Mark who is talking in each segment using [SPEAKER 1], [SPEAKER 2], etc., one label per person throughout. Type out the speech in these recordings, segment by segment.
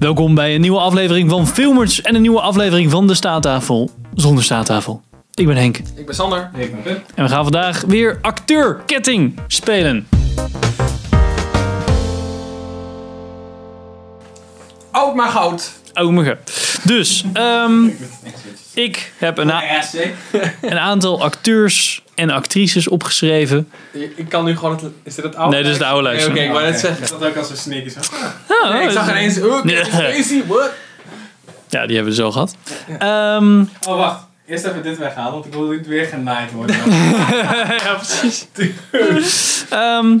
[SPEAKER 1] Welkom bij een nieuwe aflevering van Filmers en een nieuwe aflevering van de Staattafel zonder Staattafel. Ik ben Henk
[SPEAKER 2] Ik ben Sander. Ik ben Pim.
[SPEAKER 1] en we gaan vandaag weer acteur ketting spelen.
[SPEAKER 2] Oud maar goud.
[SPEAKER 1] Oh mijn god. Dus, ehm, ik heb een, a- een aantal acteurs en actrices opgeschreven.
[SPEAKER 2] Ik kan nu gewoon het... Is dit het oude
[SPEAKER 1] Nee, dit is de oude
[SPEAKER 2] Nee,
[SPEAKER 1] lijst.
[SPEAKER 2] Oké, ik wou net zeggen.
[SPEAKER 3] Dat ook als een sneak is.
[SPEAKER 1] Ah,
[SPEAKER 2] Nee, ik zag ineens... Oh,
[SPEAKER 1] Nee.
[SPEAKER 2] dit is crazy, what?
[SPEAKER 1] Ja, die hebben we zo gehad. Ehm,
[SPEAKER 3] Oh, wacht. Eerst even dit weghalen, want ik wil niet weer genaaid worden.
[SPEAKER 1] ja, precies. Ehm,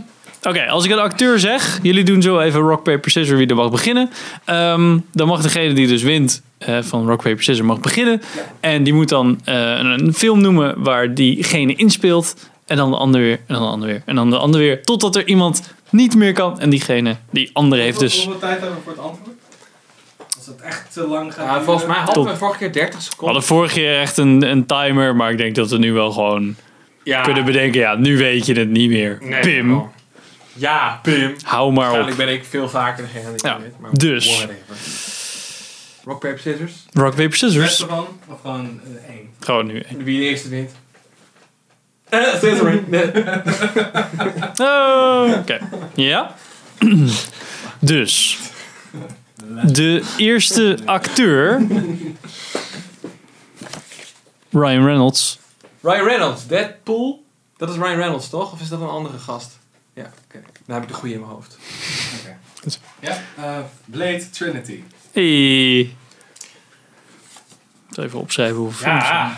[SPEAKER 1] Oké, als ik een acteur zeg, jullie doen zo even rock, paper, scissors wie er mag beginnen. Ehm, dan mag degene die dus wint eh, van rock, paper, scissors mag beginnen. En die moet dan eh, een, een film noemen waar diegene inspeelt. En dan de ander weer, en dan de ander weer, en dan de ander weer. Totdat er iemand niet meer kan en diegene, die andere heeft dus...
[SPEAKER 3] Hoeveel tijd hebben we voor het antwoord? Als het echt te lang gaat.
[SPEAKER 2] Ja, volgens mij hadden
[SPEAKER 1] Top.
[SPEAKER 2] we vorige keer 30
[SPEAKER 1] We
[SPEAKER 2] seconden.
[SPEAKER 1] hadden vorige keer echt een, een timer, maar ik denk dat we nu wel gewoon
[SPEAKER 2] Ja.
[SPEAKER 1] kunnen bedenken. Ja, nu weet je het niet meer.
[SPEAKER 2] Nee,
[SPEAKER 1] Pim,
[SPEAKER 2] wel. Ja, Pim.
[SPEAKER 1] hou maar op.
[SPEAKER 2] Waarschijnlijk ben ik veel vaker degene die
[SPEAKER 1] Ja,
[SPEAKER 2] dit weet, maar
[SPEAKER 1] dus.
[SPEAKER 2] whatever. Rock, paper, scissors.
[SPEAKER 1] Rock, paper,
[SPEAKER 3] Het
[SPEAKER 1] scissors.
[SPEAKER 3] beste van, of gewoon eh, één.
[SPEAKER 1] Gewoon nu.
[SPEAKER 2] Wie de eerste wint. Eh, Scissors. Nee.
[SPEAKER 1] Oh, Oké. Ja. Dus. De eerste acteur. Ryan Reynolds.
[SPEAKER 2] Ryan Reynolds, Deadpool. Dat is Ryan Reynolds, toch? Of is dat een andere gast? Ja, oké. Nou heb ik de goede in mijn hoofd.
[SPEAKER 3] Oké.
[SPEAKER 1] Goed.
[SPEAKER 3] Ja, eh, Blade Trinity.
[SPEAKER 1] Hey. Ik zal eh, Even opschrijven hoeveel films. er zijn.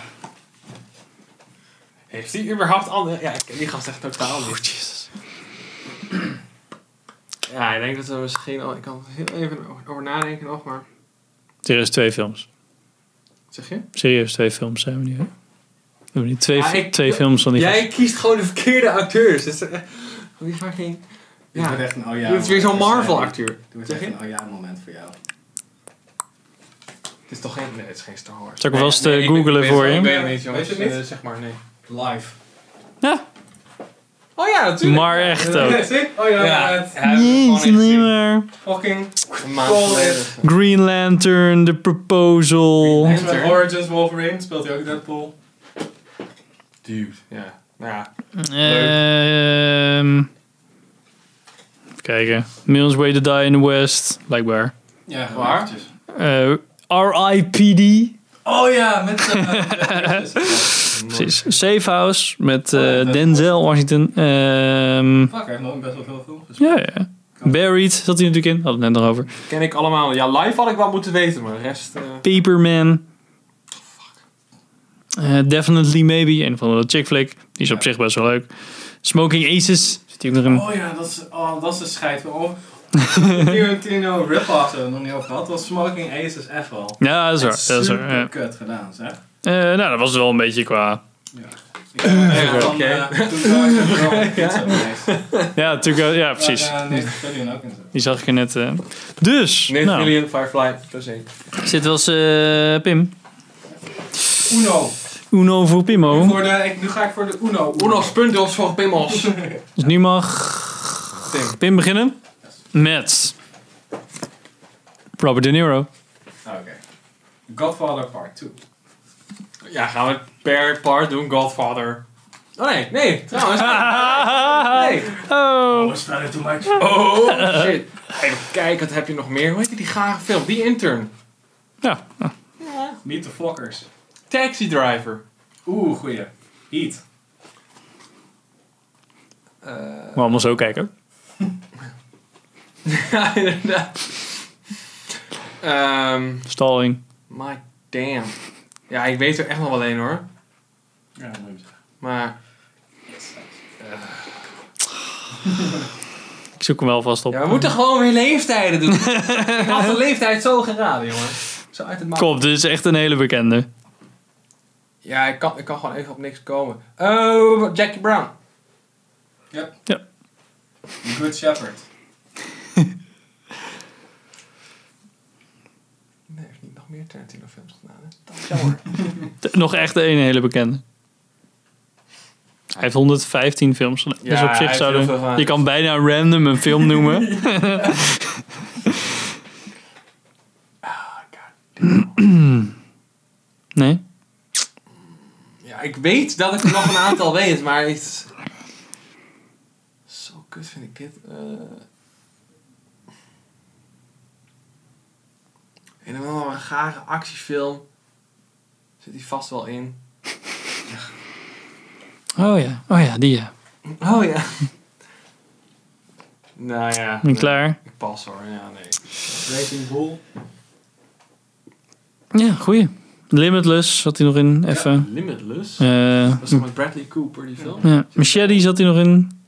[SPEAKER 2] Heeft hij überhaupt andere... Ja, ik ken die gast echt totaal niet.
[SPEAKER 1] Jezus.
[SPEAKER 2] Ja, ik denk dat we misschien al. Ik kan er heel even o- over nadenken nog, maar.
[SPEAKER 1] Serieus twee films.
[SPEAKER 2] Zeg je?
[SPEAKER 1] Serieus twee films zijn we nu. hè? We hebben niet twee,
[SPEAKER 2] Ah, ik-
[SPEAKER 1] twee films van die
[SPEAKER 2] Jij
[SPEAKER 1] gast.
[SPEAKER 2] kiest gewoon de verkeerde acteurs. Dus, eh, die fucking.
[SPEAKER 3] Dit
[SPEAKER 2] Ja.
[SPEAKER 3] wordt echt een oh ja.
[SPEAKER 2] dit is eh, weer zo'n
[SPEAKER 3] moment.
[SPEAKER 2] Marvel-acteur.
[SPEAKER 3] Dit wordt
[SPEAKER 2] Zeg
[SPEAKER 3] echt
[SPEAKER 2] je?
[SPEAKER 3] een oh ja moment voor jou.
[SPEAKER 2] Het is toch geen. Nee, het is geen Star Wars.
[SPEAKER 1] Zal ik hem vast, eh,
[SPEAKER 2] ik ben-
[SPEAKER 1] googlen
[SPEAKER 2] ik ben-
[SPEAKER 1] voor je?
[SPEAKER 2] Ik weet het niet, jongens.
[SPEAKER 3] Weet je het niet?
[SPEAKER 2] Eh, zeg maar, nee.
[SPEAKER 3] Live.
[SPEAKER 1] Ja,
[SPEAKER 2] Oh ja, natuurlijk.
[SPEAKER 1] maar echt ook.
[SPEAKER 3] Zie? Oh ja,
[SPEAKER 2] Ja.
[SPEAKER 3] ja. het-
[SPEAKER 1] Jezus, nee maar.
[SPEAKER 3] Fucking
[SPEAKER 2] Een maand geleden.
[SPEAKER 1] Green Lantern, The Proposal.
[SPEAKER 2] Lantern.
[SPEAKER 3] X-Men Origins Wolverine speelt hij ook Deadpool. Dude.
[SPEAKER 2] Ja. Nou ja.
[SPEAKER 1] Ehm even kijken. Millions Way to Die in the West, blijkbaar.
[SPEAKER 3] Ja,
[SPEAKER 2] Waar?
[SPEAKER 3] waar?
[SPEAKER 1] Eh, R.I.P.D.
[SPEAKER 3] Oh ja, met. eh,
[SPEAKER 1] Precies. Safe House met eh,
[SPEAKER 3] Oh, ja, dat-
[SPEAKER 1] Denzel Washington. Ehm
[SPEAKER 3] Fuck, hij heeft nog best wel veel films gespeeld.
[SPEAKER 1] ja, ja. Buried zat hij natuurlijk in. Hadden we het net nog over.
[SPEAKER 2] Ken ik allemaal. Ja, live had ik wel moeten weten, maar de rest. eh,
[SPEAKER 1] Paperman. Eh, definitely Maybe. Een van de chick flick. Die is op zich best wel leuk. Smoking Aces. Zit hij ook nog in.
[SPEAKER 3] Oh ja, dat is, oh, dat is de scheid. Oh, Tarantino rip-off hebben we nog niet over gehad. Dat was Smoking Aces F al.
[SPEAKER 1] Ja, dat is waar. Dat is waar.
[SPEAKER 3] Super
[SPEAKER 1] ja.
[SPEAKER 3] kut gedaan, zeg.
[SPEAKER 1] Eh, nou, dat was het wel een beetje qua...
[SPEAKER 3] Ik heb
[SPEAKER 2] oké.
[SPEAKER 3] van, eh, Toen was ik er wel een pizza geweest.
[SPEAKER 1] Ja, natuurlijk. wel- Ja, precies.
[SPEAKER 3] Ja, nee, dat kan je ook in zetten.
[SPEAKER 1] Die zag ik er net. eh. Dus,
[SPEAKER 2] Nathan
[SPEAKER 1] nou,
[SPEAKER 2] Fillion, Firefly, dat is één.
[SPEAKER 1] dit was eh, Pim.
[SPEAKER 3] Uno.
[SPEAKER 1] Uno voor
[SPEAKER 3] Nu,
[SPEAKER 1] Pimo.
[SPEAKER 3] voor de, ik, nu ga ik voor de Uno.
[SPEAKER 2] Oenos Puntos voor Pimos.
[SPEAKER 1] Dus nu mag
[SPEAKER 2] Tim.
[SPEAKER 1] Pim beginnen met Robert De Niro.
[SPEAKER 3] Ah, Oké. Godfather Part 2.
[SPEAKER 2] Ja, gaan we het per part doen, Godfather. Oh nee, nee, trouwens. Nee.
[SPEAKER 1] Oh.
[SPEAKER 3] Was dat too much?
[SPEAKER 2] Oh shit. Even kijken, wat heb je nog meer? Hoe heet die gare film? Die intern.
[SPEAKER 1] Ja,
[SPEAKER 3] Meet the Fockers.
[SPEAKER 2] Taxi Driver.
[SPEAKER 3] Oeh, goeie. Heat.
[SPEAKER 1] we allemaal zo kijken.
[SPEAKER 2] ja, inderdaad. Ehm,
[SPEAKER 1] Stalling.
[SPEAKER 2] my damn. Ja, ik weet er echt nog wel een hoor.
[SPEAKER 3] Ja, dat moet je zeggen.
[SPEAKER 2] Maar
[SPEAKER 1] Ik zoek hem wel vast op.
[SPEAKER 2] ja, we moeten gewoon weer leeftijden doen. ik had de leeftijd zo geraden, jongen. Zo uit het maat.
[SPEAKER 1] Kom, dit is echt een hele bekende.
[SPEAKER 2] Ja, ik kan, ik kan gewoon even op niks komen. Oh, Jackie Brown.
[SPEAKER 3] Yep.
[SPEAKER 1] Ja.
[SPEAKER 3] The Good Shepherd.
[SPEAKER 2] Nee, heeft niet nog meer Tarantino films gedaan. Hè? Dat is jammer.
[SPEAKER 1] De- Nog echt een hele bekende. Hij heeft 115 films gedaan.
[SPEAKER 2] Ja,
[SPEAKER 1] dus op
[SPEAKER 2] hij
[SPEAKER 1] zich
[SPEAKER 2] heeft heel
[SPEAKER 1] zouden...
[SPEAKER 2] veel gedaan.
[SPEAKER 1] Je kan bijna random een film noemen. Nee?
[SPEAKER 2] Ja, ik weet dat ik er nog een aantal weet, maar het... Zo kut vind ik dit. eh. In een wel een gare actiefilm zit hij vast wel in.
[SPEAKER 1] Oh ja, oh ja, die ja.
[SPEAKER 2] Oh ja. nou ja.
[SPEAKER 1] Ben
[SPEAKER 2] nee,
[SPEAKER 1] je klaar?
[SPEAKER 2] Ik pas hoor, ja nee.
[SPEAKER 3] Racing Bull.
[SPEAKER 1] Ja, goeie. Limitless zat hij nog in, even.
[SPEAKER 2] Limitless.
[SPEAKER 1] Eh,
[SPEAKER 2] Dat is toch met Bradley Cooper, die
[SPEAKER 3] Hm.
[SPEAKER 2] film?
[SPEAKER 1] ja. Machete zat hij nog in.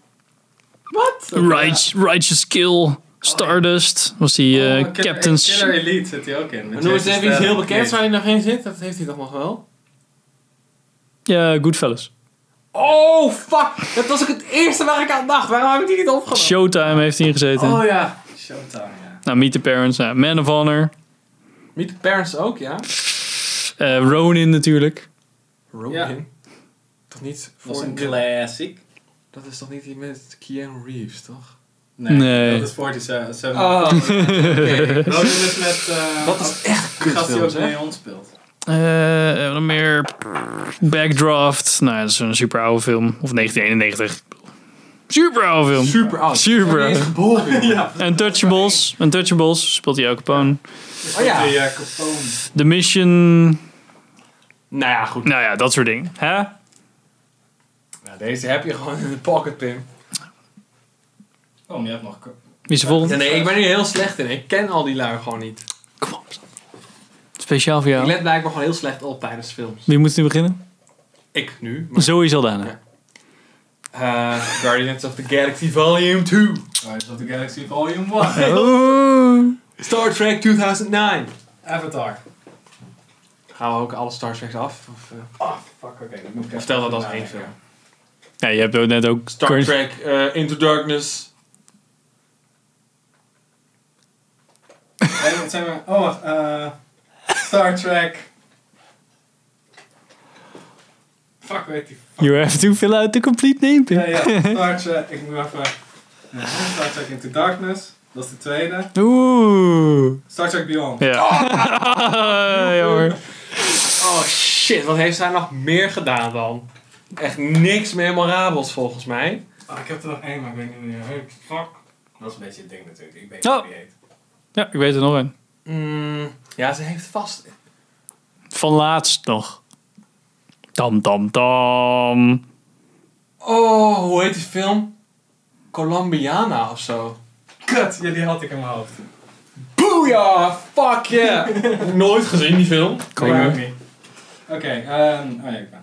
[SPEAKER 2] Wat?
[SPEAKER 1] Righteous, righteous Kill, Stardust was hij eh,
[SPEAKER 3] Oh, Killer-
[SPEAKER 1] Captain...
[SPEAKER 3] Killer Elite zit hij ook in.
[SPEAKER 2] En
[SPEAKER 3] met
[SPEAKER 2] noem eens
[SPEAKER 3] Jason
[SPEAKER 2] even iets heel
[SPEAKER 3] Statham.
[SPEAKER 2] bekends waar hij nog in zit. Dat heeft hij toch nog wel?
[SPEAKER 1] Ja, Goodfellas.
[SPEAKER 2] Oh, fuck. Dat was ook het eerste waar ik aan dacht. Waarom heb ik die niet opgenomen?
[SPEAKER 1] Showtime heeft hij ingezeten.
[SPEAKER 3] Oh ja, Showtime, ja.
[SPEAKER 1] Nou, Meet the Parents, nou, Man of Honor.
[SPEAKER 2] Meet the Parents ook, ja?
[SPEAKER 1] eh, Ronin natuurlijk.
[SPEAKER 2] Robin. Toch niet
[SPEAKER 3] Dat was
[SPEAKER 2] voor...
[SPEAKER 3] een classic.
[SPEAKER 2] Dat is toch niet die met Keanu Reeves, toch?
[SPEAKER 3] Nee,
[SPEAKER 1] Nee.
[SPEAKER 3] dat is 47.
[SPEAKER 2] Oh, oké.
[SPEAKER 3] Ronin is met... eh
[SPEAKER 2] Dat is echt
[SPEAKER 3] de gast die ook
[SPEAKER 2] kutfilms, hè?
[SPEAKER 3] Neon speelt.
[SPEAKER 1] Eh, wat nog meer. Backdraft. Nou, dat is een super oude film. Of 1991. Super oude film.
[SPEAKER 2] Super oud.
[SPEAKER 1] Super.
[SPEAKER 2] Hij is geboren. joh.
[SPEAKER 3] Ja.
[SPEAKER 1] Untouchables. Untouchables speelt hij ook Capone.
[SPEAKER 2] Oh ja.
[SPEAKER 3] Die eh, Capone.
[SPEAKER 1] The Mission.
[SPEAKER 2] Nou ja, goed.
[SPEAKER 1] Nou ja, dat soort dingen. Hè?
[SPEAKER 2] Nou, deze heb je gewoon in de pocket, Pim.
[SPEAKER 3] Oh, maar je hebt nog... Cap-
[SPEAKER 1] Wie is de volgende?
[SPEAKER 2] Nee, nee, ik ben hier heel slecht in. Ik ken al die lui gewoon niet.
[SPEAKER 1] Kom op. Speciaal voor
[SPEAKER 2] Ik
[SPEAKER 1] jou.
[SPEAKER 2] let blijkbaar gewoon heel slecht op tijdens films.
[SPEAKER 1] Wie moet nu beginnen?
[SPEAKER 2] Ik nu. Maar,
[SPEAKER 1] Zoe Saldana.
[SPEAKER 2] Ja. Eh, Guardians of the Galaxy Volume 2.
[SPEAKER 3] Guardians of the Galaxy Volume 1.
[SPEAKER 1] Oh.
[SPEAKER 2] Star Trek 2009.
[SPEAKER 3] Avatar.
[SPEAKER 2] Gaan we ook alle Star Treks af? Of, eh,
[SPEAKER 3] Oh, fuck, oké. dat moet ik even
[SPEAKER 2] vertel dat als één
[SPEAKER 3] nadenken.
[SPEAKER 2] film.
[SPEAKER 1] Ja, je hebt ook net ook...
[SPEAKER 2] Star Trek eh, Into Darkness.
[SPEAKER 3] Hey, wat zijn we? Oh, wacht. eh, Star Trek. Fuck, weet die.
[SPEAKER 1] You have to fill out the complete name.
[SPEAKER 3] Ja, ja. Star Trek. Ik moet even... Ja, Star Trek Into Darkness. Dat is de tweede.
[SPEAKER 1] Oeh.
[SPEAKER 3] Star Trek Beyond.
[SPEAKER 1] Ja. Jammer.
[SPEAKER 2] Oh shit, wat heeft zij nog meer gedaan dan? Echt niks memorabels volgens mij.
[SPEAKER 3] Ah, ik heb er nog één, maar ik weet niet meer. Hey, fuck. Dat is een beetje het ding natuurlijk. Ik weet
[SPEAKER 1] Oh.
[SPEAKER 3] niet wie heet.
[SPEAKER 1] Ja, ik weet er nog een.
[SPEAKER 2] Mm, ja, ze heeft vast.
[SPEAKER 1] Van laatst nog. Tam, tam, tam.
[SPEAKER 2] Oh, hoe heet die film? Colombiana of zo.
[SPEAKER 3] Kut, ja, die had ik in mijn hoofd.
[SPEAKER 2] Booyah, fuck yeah! Nooit gezien die film.
[SPEAKER 1] Kan
[SPEAKER 3] Maar
[SPEAKER 1] je-
[SPEAKER 3] ook niet. Oké, ehm... oh nee, ik ben...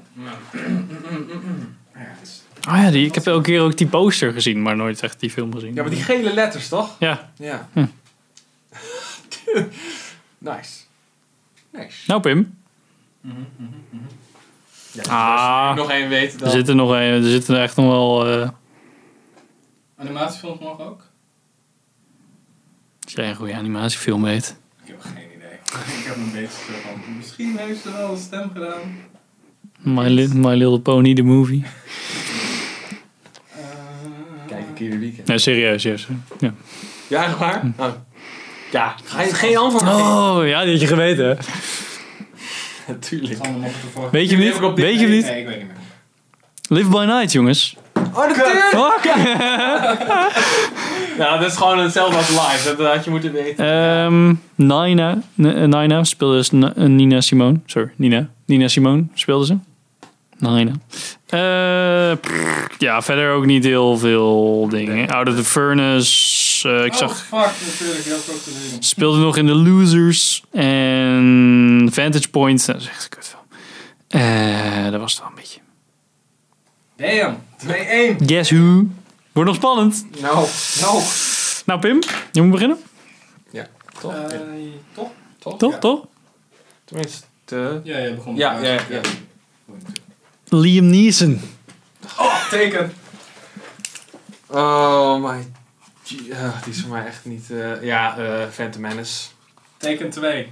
[SPEAKER 3] Ergens.
[SPEAKER 1] Oh ja, die, ik heb elke keer ook die poster gezien, maar nooit echt die film gezien.
[SPEAKER 2] Ja, maar die gele letters toch?
[SPEAKER 1] Ja.
[SPEAKER 2] Ja.
[SPEAKER 1] Hm.
[SPEAKER 2] nice. Nice.
[SPEAKER 1] Nou, Pim.
[SPEAKER 3] Mhm, mhm, mhm.
[SPEAKER 1] Ah,
[SPEAKER 2] Nog één weten
[SPEAKER 1] er
[SPEAKER 2] dan.
[SPEAKER 1] zitten nog een, er zitten er echt nog wel... eh
[SPEAKER 3] Animatiefilms nog ook?
[SPEAKER 1] als jij een goede animatiefilm weet.
[SPEAKER 3] Ik heb geen idee. ik heb een beetje zo van. Misschien heeft ze wel een stem gedaan.
[SPEAKER 1] My, Li- My Little Pony, the movie.
[SPEAKER 3] Eh,
[SPEAKER 2] Kijk ik ieder weekend.
[SPEAKER 1] Nee, serieus, serieus. Ja.
[SPEAKER 2] Ja, echt waar? Nou, ja, ga je geen antwoord geven?
[SPEAKER 1] Oh, ja, die had je geweten. hè?
[SPEAKER 2] Oh. Natuurlijk.
[SPEAKER 3] Allemaal nog te volgen.
[SPEAKER 1] Weet je hem niet? Weet je hem niet?
[SPEAKER 3] Nee, ik weet niet meer.
[SPEAKER 1] Live by Night, jongens.
[SPEAKER 2] Oh, natuurlijk!
[SPEAKER 1] Fuck!
[SPEAKER 2] Ja, dat is gewoon hetzelfde als live. Dat, had je moeten weten.
[SPEAKER 1] Ehm Nina, N- eh, Nina speelde dus Na- eh, Nina Simone. Sorry, Nina. Nina Simone speelde ze. Nina. Eh, pff, ja, verder ook niet heel veel dingen. Out of the Furnace. eh, ik
[SPEAKER 3] oh,
[SPEAKER 1] zag...
[SPEAKER 3] fuck, natuurlijk. Die had ik ook te zien.
[SPEAKER 1] Speelde nog in The Losers. En Vantage Point. Dat is echt een kutfilm. Eh, dat was het wel een beetje.
[SPEAKER 3] Damn, 2-1.
[SPEAKER 1] Guess who? Wordt nog spannend.
[SPEAKER 2] Nou, nou.
[SPEAKER 1] Nou Pim, je moet beginnen.
[SPEAKER 2] Ja, toch?
[SPEAKER 3] Eh, toch?
[SPEAKER 2] toch?
[SPEAKER 1] Toch,
[SPEAKER 2] Ja.
[SPEAKER 1] toch?
[SPEAKER 2] Tenminste.
[SPEAKER 3] Ja, je begon.
[SPEAKER 2] Ja, ja, ja.
[SPEAKER 1] Liam Neeson.
[SPEAKER 3] Oh, teken.
[SPEAKER 2] Oh my... gee, ah, die is voor mij echt niet... eh, ja, eh Phantom Menace.
[SPEAKER 3] Teken 2.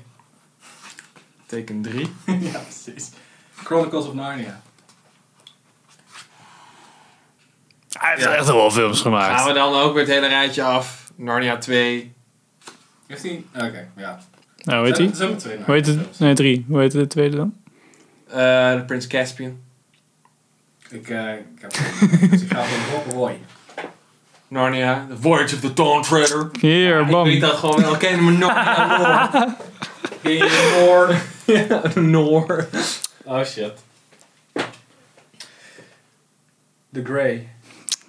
[SPEAKER 2] Teken 3.
[SPEAKER 3] ja, precies. Chronicles of Narnia.
[SPEAKER 1] Hij heeft
[SPEAKER 2] Ja.
[SPEAKER 1] echt wel films gemaakt.
[SPEAKER 2] Gaan we dan ook weer het hele rijtje af. Narnia 2.
[SPEAKER 3] Heeft hij? Oké, ja.
[SPEAKER 1] Nou, weet hij?
[SPEAKER 3] Er zijn maar twee
[SPEAKER 1] Hoe heet het? Nee, drie. Hoe heet de tweede dan?
[SPEAKER 2] Eh, de Prins Caspian.
[SPEAKER 3] Ik, eh, ik heb ik ga van Rob Roy.
[SPEAKER 2] Narnia. The Voyage of the Dawn Treader.
[SPEAKER 1] Hier,
[SPEAKER 2] Ik weet
[SPEAKER 1] bam.
[SPEAKER 2] dat gewoon wel. Ken maar Narnia
[SPEAKER 3] Ken je Noor?
[SPEAKER 2] Noor. Noor.
[SPEAKER 3] Oh shit. The Grey.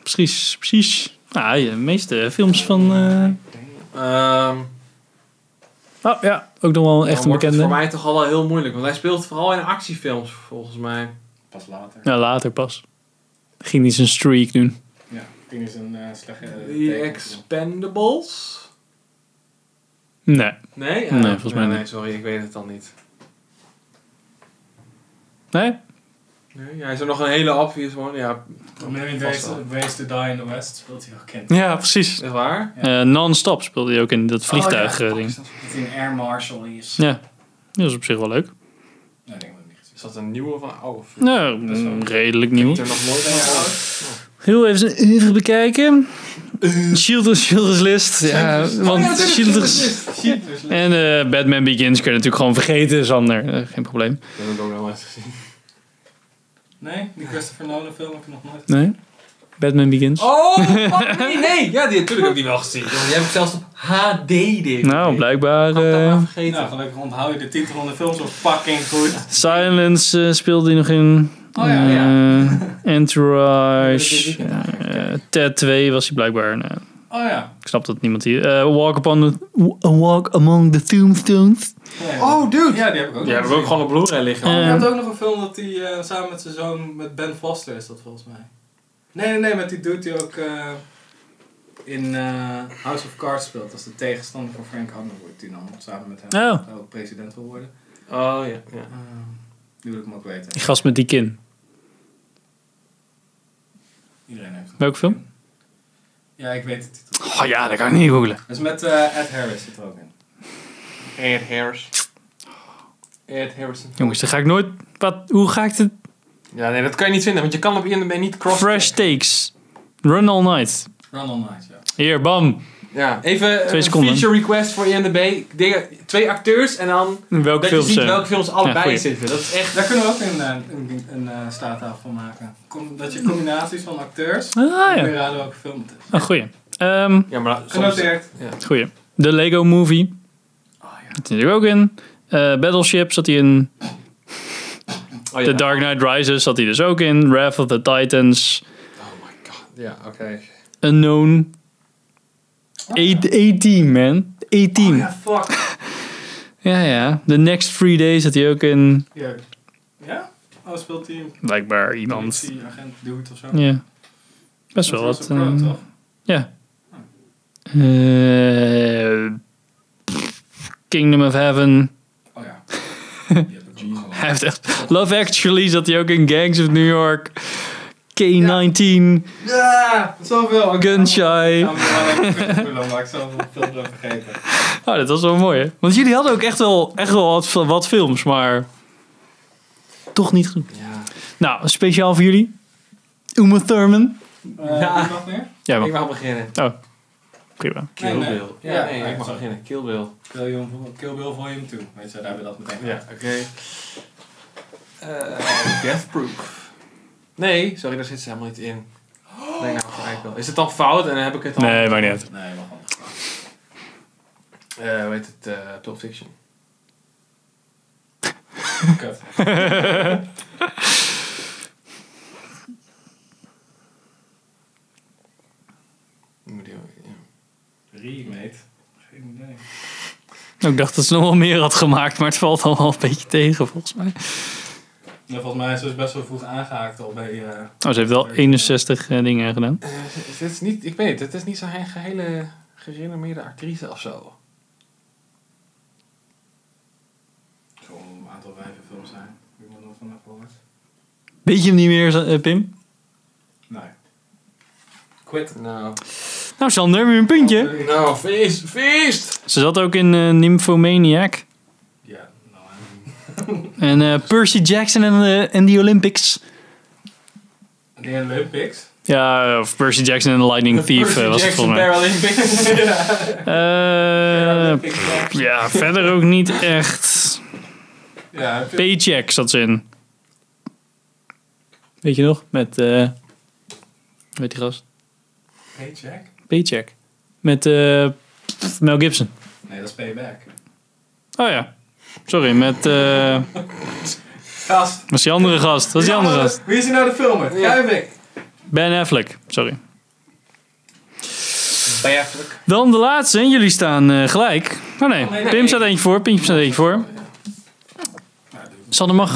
[SPEAKER 1] Precies, precies. Nou, de meeste films van... eh,
[SPEAKER 2] Ehm,
[SPEAKER 1] Oh ja, ook nog wel echt
[SPEAKER 2] dan
[SPEAKER 1] een
[SPEAKER 2] wordt het
[SPEAKER 1] bekende.
[SPEAKER 2] voor mij toch al wel heel moeilijk. Want hij speelt vooral in actiefilms, volgens mij.
[SPEAKER 3] Pas later.
[SPEAKER 1] Nou, later pas. Ging niet zijn streak doen.
[SPEAKER 3] Ja, die is een eh, slechte. eh,
[SPEAKER 2] The
[SPEAKER 3] tekenfilm.
[SPEAKER 2] Expendables?
[SPEAKER 1] Nee.
[SPEAKER 2] Nee? Eh,
[SPEAKER 1] Nee, volgens mij
[SPEAKER 2] nee,
[SPEAKER 1] niet.
[SPEAKER 2] sorry, ik weet het dan niet.
[SPEAKER 1] Nee?
[SPEAKER 2] Nee, ja, hij is er nog een hele obvious one. Ja,
[SPEAKER 3] A Million
[SPEAKER 2] Vast
[SPEAKER 3] ways,
[SPEAKER 2] wel.
[SPEAKER 3] ways to Die in the West speelt hij ook in.
[SPEAKER 1] Ja, precies.
[SPEAKER 2] echt waar?
[SPEAKER 1] Eh, Non-stop speelde hij ook in dat vliegtuigding.
[SPEAKER 3] Oh, ja.
[SPEAKER 1] ding.
[SPEAKER 3] Dat hij een air marshal is.
[SPEAKER 1] ja, dat is op zich wel leuk.
[SPEAKER 3] Nee, ik denk dat ik niet gezien
[SPEAKER 2] Is dat een nieuwe van oude film?
[SPEAKER 1] Nou,
[SPEAKER 2] Dat is wel-
[SPEAKER 1] mm, redelijk
[SPEAKER 2] Ik
[SPEAKER 1] nieuw.
[SPEAKER 2] heb er nog nooit
[SPEAKER 3] Ja.
[SPEAKER 2] van gehoord.
[SPEAKER 1] Heel even, even bekijken. Shield Shielders List.
[SPEAKER 3] Oh,
[SPEAKER 1] Ja, want Shielders...
[SPEAKER 3] Shielders List.
[SPEAKER 1] En eh, Batman Begins kun je natuurlijk gewoon vergeten, Sander. Eh, geen probleem.
[SPEAKER 2] Ik heb het ook nog wel eens gezien.
[SPEAKER 3] Nee, die Christopher Nolan film heb ik nog nooit
[SPEAKER 1] Nee? Batman Begins.
[SPEAKER 2] Oh, fuck, nee, nee. Ja, die, natuurlijk heb ik die wel gezien. jongen. Die heb ik zelfs op HD DVD.
[SPEAKER 1] nou, blijkbaar...
[SPEAKER 2] Ik had dat
[SPEAKER 1] eh,
[SPEAKER 2] maar
[SPEAKER 3] gezien.
[SPEAKER 2] vergeten.
[SPEAKER 3] Nou, gelukkig onthoud je de titel van de film zo fucking goed.
[SPEAKER 1] Silence eh, speelde hij nog in.
[SPEAKER 3] Oh ja, ja.
[SPEAKER 1] Eh, Entourage.
[SPEAKER 2] Ja, dat heb ik niet
[SPEAKER 1] eh, Ted 2 was hij blijkbaar. Nou,
[SPEAKER 3] Oh ja.
[SPEAKER 1] ik snap dat niemand hier. eh, walk, upon the, A walk Among the Tombstones.
[SPEAKER 3] Nee.
[SPEAKER 2] Oh, dude.
[SPEAKER 3] Ja, die heb ik ook
[SPEAKER 2] Die hebben we
[SPEAKER 3] nog
[SPEAKER 2] ook gewoon op Blu-ray
[SPEAKER 3] gezien.
[SPEAKER 2] liggen.
[SPEAKER 1] Eh.
[SPEAKER 3] Je hebt ook nog een film dat hij eh, samen met zijn zoon, met Ben Foster is dat volgens mij. Nee, nee, nee, met die dude die ook eh, in eh, House of Cards speelt. Dat is de tegenstander van Frank Underwood die dan samen met hem
[SPEAKER 1] Oh.
[SPEAKER 3] ook president wil worden.
[SPEAKER 2] Oh, ja. ja.
[SPEAKER 3] Eh, nu wil ik hem ook weten.
[SPEAKER 1] Die gast met die kin.
[SPEAKER 3] Iedereen heeft hem.
[SPEAKER 1] Welke film?
[SPEAKER 3] Ja, ik weet de titel.
[SPEAKER 1] Oh ja, dat kan ik niet googlen.
[SPEAKER 3] Dat is met eh, Ed Harris zit er ook in.
[SPEAKER 2] Ed Harris. Ed Harrison.
[SPEAKER 1] Jongens, dan ga ik nooit... Wat, hoe ga ik dit...
[SPEAKER 2] Ja, nee, dat kan je niet vinden, want je kan op IMDb niet cross
[SPEAKER 1] Fresh takes. Run all night.
[SPEAKER 3] Run All Night, ja.
[SPEAKER 1] Hier, bam.
[SPEAKER 2] Ja, even
[SPEAKER 1] Twee
[SPEAKER 2] een
[SPEAKER 1] seconden.
[SPEAKER 2] feature request voor IMDb. Ik denk, twee acteurs en dan
[SPEAKER 1] Welke
[SPEAKER 2] dat je
[SPEAKER 1] film
[SPEAKER 2] ziet welke
[SPEAKER 1] zijn?
[SPEAKER 2] films allebei
[SPEAKER 1] Ja, goeie.
[SPEAKER 2] zitten. Dat is echt...
[SPEAKER 3] Daar kunnen we ook een, eh, een, een eh, straattafel van maken. Com- dat je combinaties van acteurs.
[SPEAKER 1] Ah
[SPEAKER 3] Kun je
[SPEAKER 1] ja,
[SPEAKER 3] raden welke film het is.
[SPEAKER 1] een goeie. Ehm,
[SPEAKER 2] Ja, maar soms...
[SPEAKER 3] Genoteerd.
[SPEAKER 1] goeie. The Lego Movie.
[SPEAKER 3] Oh ja.
[SPEAKER 1] Dat zit er ook in. Eh, Battleship zat hij in.
[SPEAKER 2] Oh, ja.
[SPEAKER 1] The Dark Knight Rises zat hij dus ook in. Wrath of the Titans.
[SPEAKER 2] Oh my god. Ja, oké.
[SPEAKER 1] Unknown. A-Team, man. A-Team.
[SPEAKER 3] Oh
[SPEAKER 1] ja.
[SPEAKER 3] ja, fuck.
[SPEAKER 1] ja, The Next Three Days zat hij ook in.
[SPEAKER 3] Ja. Ja? Oh, speelt hij
[SPEAKER 1] Blijkbaar
[SPEAKER 3] een
[SPEAKER 1] iemand.
[SPEAKER 3] agent dude of zo?
[SPEAKER 1] Ja. Best wel
[SPEAKER 3] Dat
[SPEAKER 1] wat.
[SPEAKER 3] was een pro,
[SPEAKER 1] eh,
[SPEAKER 3] toch?
[SPEAKER 1] Ja. Eh, Kingdom of Heaven.
[SPEAKER 3] Oh ja. Die heb ik ook gewoon.
[SPEAKER 1] Hij heeft echt... Love Actually zat hij ook in. Gangs of New York. K-19.
[SPEAKER 3] Ja, zoveel. Ik
[SPEAKER 1] Gunshy.
[SPEAKER 3] kan me wel maar ik zal wel veel door vergeten.
[SPEAKER 1] Oh, dat was wel mooi, hè? Want jullie hadden ook echt wel, echt wel wat, wat films, maar... Toch niet goed.
[SPEAKER 2] Ja.
[SPEAKER 1] Nou, speciaal voor jullie. Uma Thurman.
[SPEAKER 3] Eh,
[SPEAKER 2] Ja.
[SPEAKER 3] wie mag meer?
[SPEAKER 1] Ja,
[SPEAKER 2] Ik mag beginnen.
[SPEAKER 1] prima.
[SPEAKER 2] Kill
[SPEAKER 3] Nee, nee.
[SPEAKER 2] Bill. Ja,
[SPEAKER 3] Ja,
[SPEAKER 2] nee,
[SPEAKER 3] ja,
[SPEAKER 2] ik mag
[SPEAKER 3] sorry.
[SPEAKER 2] beginnen. Kill Bill.
[SPEAKER 3] Kill, Bill Vol- Kill Bill Volume 2. Weet je, daar hebben we dat meteen
[SPEAKER 2] Ja, oké. Eh, death Proof. Nee, sorry, daar zit ze helemaal niet in. Nee, nou, gelijk wel. Is het dan fout en dan heb ik het dan...
[SPEAKER 1] Nee, maakt niet uit.
[SPEAKER 3] Nee, mag anders.
[SPEAKER 2] Eh, hoe heet het? eh Pulp Fiction.
[SPEAKER 3] Kut.
[SPEAKER 2] Ik moet die ook- ja.
[SPEAKER 3] Remate. Geen idee.
[SPEAKER 1] Ik dacht dat ze nog wel meer had gemaakt, maar het valt allemaal een beetje tegen, volgens mij.
[SPEAKER 3] Ja, volgens mij is ze dus best wel vroeg aangehaakt al bij... eh,
[SPEAKER 1] Oh, ze heeft wel 61 eh, dingen gedaan.
[SPEAKER 2] Eh, dit is niet, ik weet het, het is niet zo'n he- gehele gerenommeerde actrice of zo.
[SPEAKER 3] gewoon een aantal wijvenfilms zijn. Wie moet nog van heb gehoord?
[SPEAKER 1] Weet je hem niet meer, eh, Pim?
[SPEAKER 3] Nee. Quit.
[SPEAKER 2] Nou,
[SPEAKER 1] Nou, Sander, weer een puntje.
[SPEAKER 2] nou feest, feest!
[SPEAKER 1] Ze zat ook in eh, Nymphomaniac.
[SPEAKER 3] Ja, nou...
[SPEAKER 1] En eh, Percy Jackson en, eh, en die Olympics.
[SPEAKER 3] en- De Olympics.
[SPEAKER 1] Ja, of Percy Jackson en The Lightning Thief eh, was het volgens mij.
[SPEAKER 2] Paralympics.
[SPEAKER 1] Eh, pff, ja, verder ook niet echt.
[SPEAKER 3] Ja, heb je-
[SPEAKER 1] Paycheck zat ze in. Weet je nog? Met, eh weet die gast?
[SPEAKER 3] Paycheck?
[SPEAKER 1] Paycheck. Met eh, Mel Gibson.
[SPEAKER 3] Nee, dat is payback.
[SPEAKER 1] Oh ja. Sorry, met, eh,
[SPEAKER 3] Gast.
[SPEAKER 1] was die andere gast? Was die andere gast?
[SPEAKER 3] Wie is hier nou de filmer? Kruijbeek.
[SPEAKER 1] Ben Affleck, sorry.
[SPEAKER 2] Bijeffelijk.
[SPEAKER 1] Dan de laatste, en jullie staan eh, gelijk. Oh nee,
[SPEAKER 2] nee, nee.
[SPEAKER 1] Pim staat eentje voor, Pim staat eentje voor. Sander mag,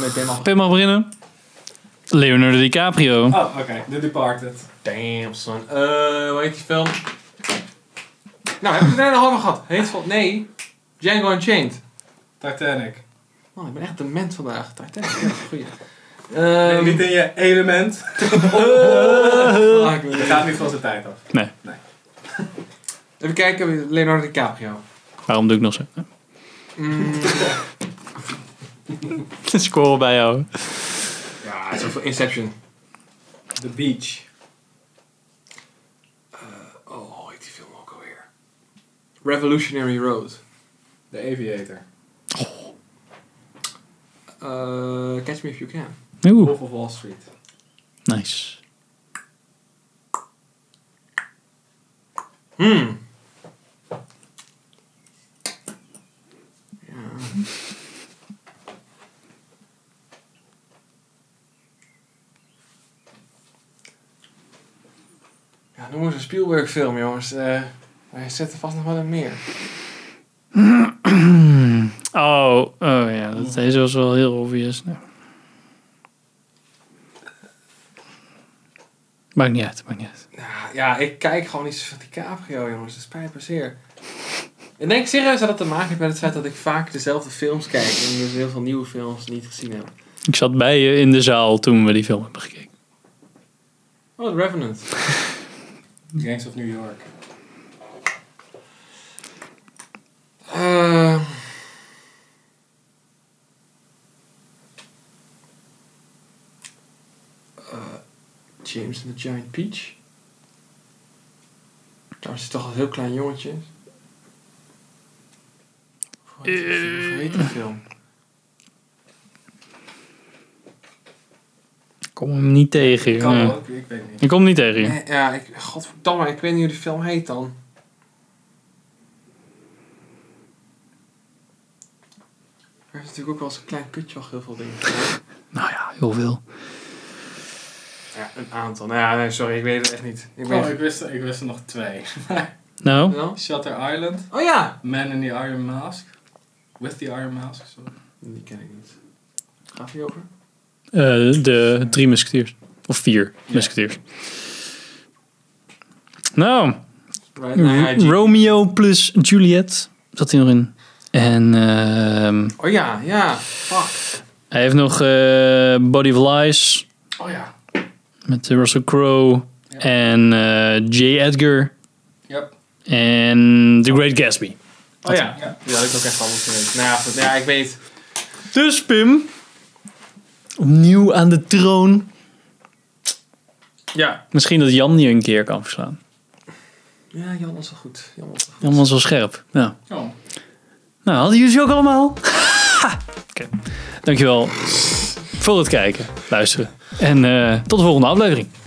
[SPEAKER 2] Met Pim al.
[SPEAKER 1] Pim mag beginnen. Leonardo DiCaprio.
[SPEAKER 3] Oh, oké. The Departed.
[SPEAKER 2] Damn, son. Eh, hoe heet die film? Nou, heb ik het er nog over gehad? Heet van... Nee. Django Unchained.
[SPEAKER 3] Titanic.
[SPEAKER 2] Man, ik ben echt dement vandaag. Titanic, ja, goeie.
[SPEAKER 3] Nee,
[SPEAKER 2] Ehm,
[SPEAKER 3] niet in je element.
[SPEAKER 2] ah, ik
[SPEAKER 3] Dat
[SPEAKER 2] ben-
[SPEAKER 3] gaat niet van zijn tijd af.
[SPEAKER 1] Nee,
[SPEAKER 2] Even kijken, Leonardo DiCaprio.
[SPEAKER 1] waarom doe ik nog zo?
[SPEAKER 2] Mm,
[SPEAKER 1] Score bij jou.
[SPEAKER 2] ja, het is ook voor Inception.
[SPEAKER 3] The Beach.
[SPEAKER 2] Oh, hoe heet die film ook alweer? Revolutionary Road.
[SPEAKER 3] The Aviator.
[SPEAKER 2] Eh, catch me if you can.
[SPEAKER 1] Oeh,
[SPEAKER 3] Wolf of Wall Street.
[SPEAKER 1] nice.
[SPEAKER 2] Hmm. Ja. Ja, noem eens een Spielberg film, jongens. Eh wij zetten vast nog wel een meer.
[SPEAKER 1] Oh, oh ja, dat, deze was wel heel obvious. Nou. Maakt niet uit, maakt niet uit.
[SPEAKER 2] Nou, ja, ik kijk gewoon niet zoveel DiCaprio, jongens. Dat spijt me zeer. Ik denk serieus dat het te maken heeft met het feit dat ik vaak dezelfde films kijk. En dus heel veel nieuwe films niet gezien heb.
[SPEAKER 1] Ik zat bij je in de zaal toen we die film hebben gekeken.
[SPEAKER 2] Oh, The Revenant.
[SPEAKER 3] Gangs of New York.
[SPEAKER 2] Eh. Eh, James and the Giant Peach. Daar zit toch al een heel klein jongetje. in. Hoe heet die film? Hoe heet die film?
[SPEAKER 1] Ik kom hem niet tegen.
[SPEAKER 3] Ik kan
[SPEAKER 1] nee.
[SPEAKER 3] ook, ik weet niet.
[SPEAKER 1] Ik kom hem niet tegen.
[SPEAKER 2] Eh, Ja, ik, godverdamme, ik weet niet hoe die film heet dan. Er is natuurlijk ook wel eens een klein kutje al heel veel dingen. gedaan.
[SPEAKER 1] Nou ja, heel veel.
[SPEAKER 2] Ja, een aantal. Nou ja, nee, sorry, ik weet het echt niet. Ik weet
[SPEAKER 3] Oh, ik wist, er- ik wist er nog twee.
[SPEAKER 1] Nou,
[SPEAKER 2] Ja?
[SPEAKER 3] Shutter Island.
[SPEAKER 2] Oh ja!
[SPEAKER 3] Man in the Iron Mask. With the Iron Mask. Sorry.
[SPEAKER 2] Die ken ik niet. Gaat die over?
[SPEAKER 1] eh, de drie musketeers. Of vier musketeers. Nou,
[SPEAKER 2] Right, nou ja, Jeep.
[SPEAKER 1] Romeo plus Juliet zat hij nog in. En ehm,
[SPEAKER 2] oh ja, ja. Fuck.
[SPEAKER 1] hij heeft nog eh, Body of Lies.
[SPEAKER 3] Oh ja.
[SPEAKER 1] Met eh, Russell Crowe
[SPEAKER 3] Ja.
[SPEAKER 1] en eh, J. Edgar
[SPEAKER 3] Yep.
[SPEAKER 1] en The Great Gatsby.
[SPEAKER 2] Oh ja.
[SPEAKER 3] Ja.
[SPEAKER 2] Die had ik ook echt allemaal weten. Nou ja, goed. Nou ja, ik weet.
[SPEAKER 1] Dus Pim, opnieuw aan de troon.
[SPEAKER 2] Ja.
[SPEAKER 1] Misschien dat Jan je een keer kan verslaan.
[SPEAKER 2] Ja, Jan was wel goed. Jan was wel goed.
[SPEAKER 1] Jan was wel scherp. Ja.
[SPEAKER 3] Oh.
[SPEAKER 1] Nou, hadden jullie ze ook allemaal? Ha! Oké. Dankjewel voor het kijken, luisteren. En eh, tot de volgende aflevering.